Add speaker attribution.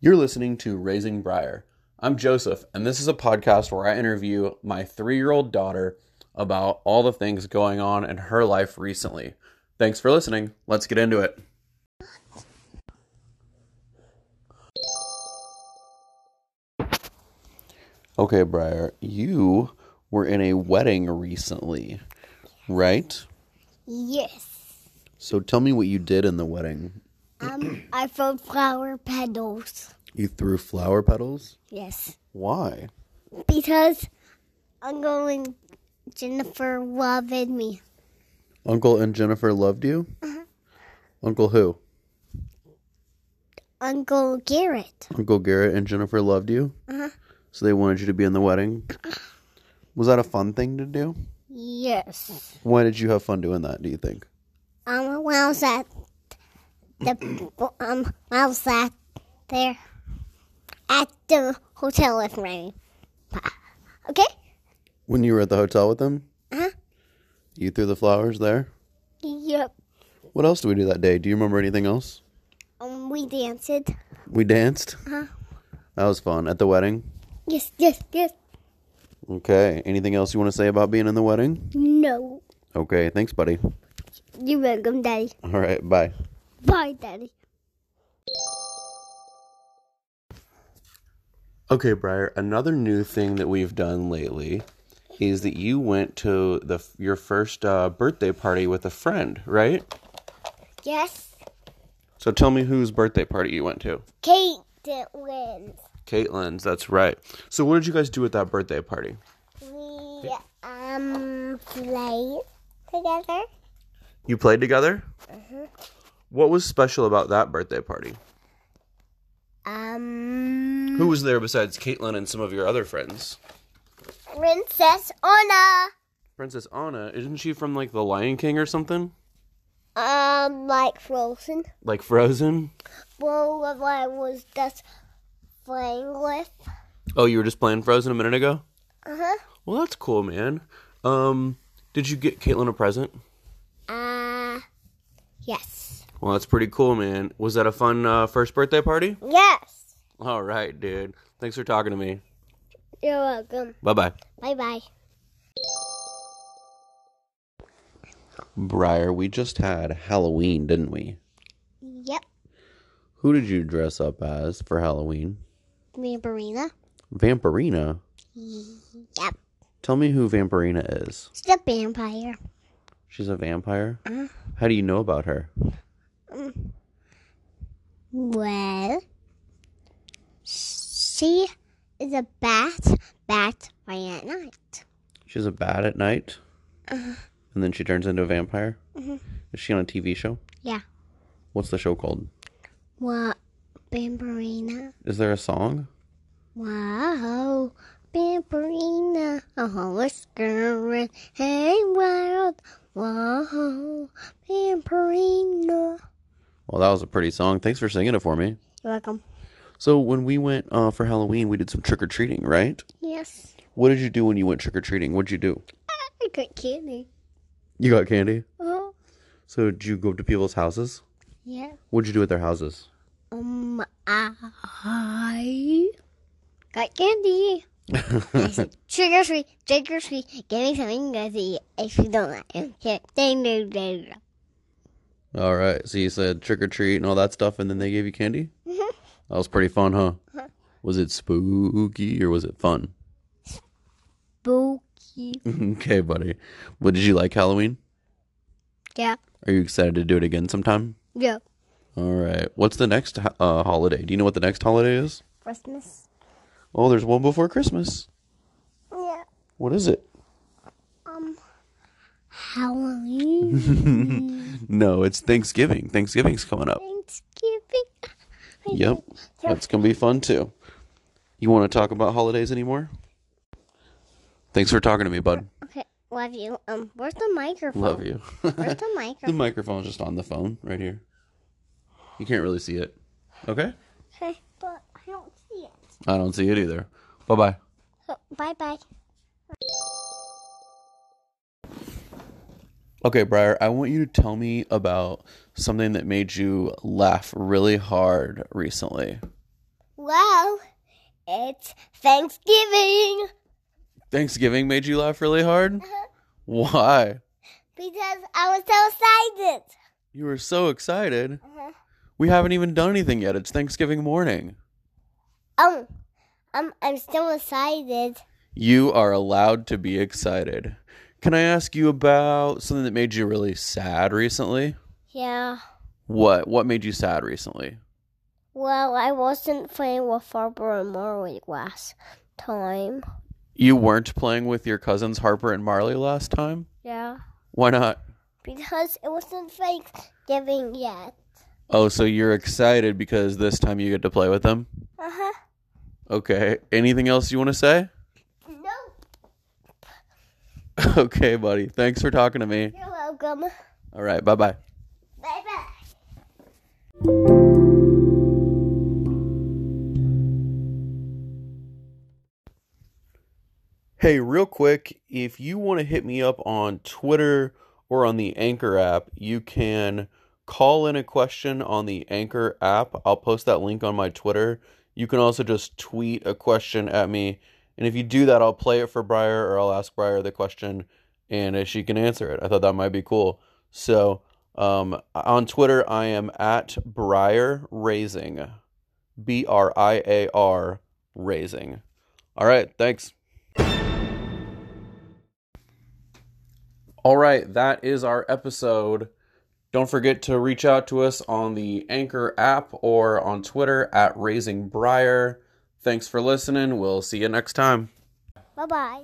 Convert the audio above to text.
Speaker 1: You're listening to Raising Briar. I'm Joseph, and this is a podcast where I interview my three year old daughter about all the things going on in her life recently. Thanks for listening. Let's get into it. Okay, Briar, you were in a wedding recently, right?
Speaker 2: Yes.
Speaker 1: So tell me what you did in the wedding.
Speaker 2: Um, I found flower petals.
Speaker 1: You threw flower petals?
Speaker 2: Yes.
Speaker 1: Why?
Speaker 2: Because Uncle and Jennifer loved me.
Speaker 1: Uncle and Jennifer loved you? Uncle who?
Speaker 2: Uncle Garrett.
Speaker 1: Uncle Garrett and Jennifer loved you? So they wanted you to be in the wedding? Was that a fun thing to do?
Speaker 2: Yes.
Speaker 1: Why did you have fun doing that, do you think?
Speaker 2: Um, when I was at the um, when I was at there at the hotel with Remy. Okay.
Speaker 1: When you were at the hotel with them?
Speaker 2: Uh-huh.
Speaker 1: You threw the flowers there?
Speaker 2: Yep.
Speaker 1: What else did we do that day? Do you remember anything else?
Speaker 2: Um, we danced.
Speaker 1: We danced? That was fun. At the wedding?
Speaker 2: Yes, yes, yes.
Speaker 1: Okay. Anything else you want to say about being in the wedding?
Speaker 2: No.
Speaker 1: Okay. Thanks, buddy.
Speaker 2: You're welcome, Daddy.
Speaker 1: All right. Bye.
Speaker 2: Bye, Daddy.
Speaker 1: Okay, Briar, another new thing that we've done lately is that you went to the your first uh, birthday party with a friend, right?
Speaker 2: Yes.
Speaker 1: So tell me whose birthday party you went to.
Speaker 2: Kate that wins.
Speaker 1: Caitlin's, that's right. So what did you guys do at that birthday party?
Speaker 2: We um play together.
Speaker 1: You played together? What was special about that birthday party?
Speaker 2: Um,
Speaker 1: Who was there besides Caitlin and some of your other friends?
Speaker 2: Princess Anna.
Speaker 1: Princess Anna, isn't she from like The Lion King or something?
Speaker 2: Um, like Frozen.
Speaker 1: Like Frozen?
Speaker 2: Well, what I was just playing with.
Speaker 1: Oh, you were just playing Frozen a minute ago?
Speaker 2: Uh huh.
Speaker 1: Well, that's cool, man. Um, did you get Caitlin a present?
Speaker 2: Uh, yes.
Speaker 1: Well, that's pretty cool, man. Was that a fun uh, first birthday party?
Speaker 2: Yes.
Speaker 1: All right, dude. Thanks for talking to me.
Speaker 2: You're welcome.
Speaker 1: Bye bye.
Speaker 2: Bye bye.
Speaker 1: Briar, we just had Halloween, didn't we?
Speaker 2: Yep.
Speaker 1: Who did you dress up as for Halloween?
Speaker 2: Vampirina.
Speaker 1: Vampirina?
Speaker 2: Yep.
Speaker 1: Tell me who Vampirina is.
Speaker 2: She's a vampire.
Speaker 1: She's a vampire? How do you know about her?
Speaker 2: Well, she is a bat, bat by at night.
Speaker 1: She's a bat at night? And then she turns into a vampire? Is she on a TV show?
Speaker 2: Yeah.
Speaker 1: What's the show called?
Speaker 2: What, Bamberina?
Speaker 1: Is there a song?
Speaker 2: Wow, Bamberina, a homeless girl in hey world. Wow, Bamberina.
Speaker 1: Well, that was a pretty song. Thanks for singing it for me.
Speaker 2: You're welcome.
Speaker 1: So when we went uh, for Halloween, we did some trick or treating, right?
Speaker 2: Yes,
Speaker 1: What did you do when you went trick or treating? What'd you do?
Speaker 2: I got candy.
Speaker 1: You got candy.
Speaker 2: Oh,
Speaker 1: So did you go to people's houses?
Speaker 2: yeah.
Speaker 1: What'd you do at their houses?
Speaker 2: Um, I got candy. I said, trick or treat, trick or treat, give me something you guys eat. If you don't like it, okay, then you do.
Speaker 1: All right. So you said trick or treat and all that stuff, and then they gave you candy. That was pretty fun, huh? Was it spooky or was it fun?
Speaker 2: Spooky.
Speaker 1: okay, buddy. What did you like Halloween?
Speaker 2: Yeah,
Speaker 1: Are you excited to do it again sometime?
Speaker 2: yeah.
Speaker 1: All right. What's the next uh, holiday? Do you know what the next holiday is?
Speaker 2: Christmas.
Speaker 1: Oh, there's one before Christmas.
Speaker 2: Yeah.
Speaker 1: What is it?
Speaker 2: Um, Halloween,
Speaker 1: No, it's Thanksgiving. Thanksgiving's coming up.
Speaker 2: Thanksgiving.
Speaker 1: Yep. That's going to be fun too. You want to talk about holidays anymore? Thanks for talking to me, bud.
Speaker 2: Okay, love you. Um, where's the microphone?
Speaker 1: Love you.
Speaker 2: Where's the
Speaker 1: the
Speaker 2: microphone?
Speaker 1: microphone's just on the phone right here. You can't really see it. Okay?
Speaker 2: Okay, but I don't see it.
Speaker 1: I don't see it either. Bye bye.
Speaker 2: So, bye bye.
Speaker 1: Okay, Briar, I want you to tell me about something that made you laugh really hard recently.
Speaker 2: Hello, it's Thanksgiving
Speaker 1: Thanksgiving made you laugh really hard? Why?
Speaker 2: because I was so excited.
Speaker 1: You were so excited.
Speaker 2: Uh-huh.
Speaker 1: We haven't even done anything yet. It's Thanksgiving morning.
Speaker 2: Um, um, I'm still excited.
Speaker 1: You are allowed to be excited. Can I ask you about something that made you really sad recently?
Speaker 2: Yeah.
Speaker 1: What? What made you sad recently?
Speaker 2: Well, I wasn't playing with Farber and Marley last time.
Speaker 1: You weren't playing with your cousins Harper and Marley last time?
Speaker 2: Yeah.
Speaker 1: Why not?
Speaker 2: Because it wasn't Thanksgiving yet.
Speaker 1: Oh, so you're excited because this time you get to play with them?
Speaker 2: Uh huh.
Speaker 1: Okay. Anything else you want to say?
Speaker 2: No,
Speaker 1: Okay, buddy. Thanks for talking to me.
Speaker 2: you're welcome.
Speaker 1: All right. Bye bye.
Speaker 2: Bye bye.
Speaker 1: Hey, real quick, if you want to hit me up on Twitter or on the Anchor app, you can call in a question on the Anchor app. I'll post that link on my Twitter. You can also just tweet a question at me. And if you do that, I'll play it for Briar or I'll ask Briar the question and uh, she can answer it. I thought that might be cool. So um, on Twitter, I am at Briar Raising. B R I A R Raising. All right, thanks. All right, that is our episode. Don't forget to reach out to us on the Anchor app or on Twitter at Raising Briar. Thanks for listening. We'll see you next time.
Speaker 2: Bye bye.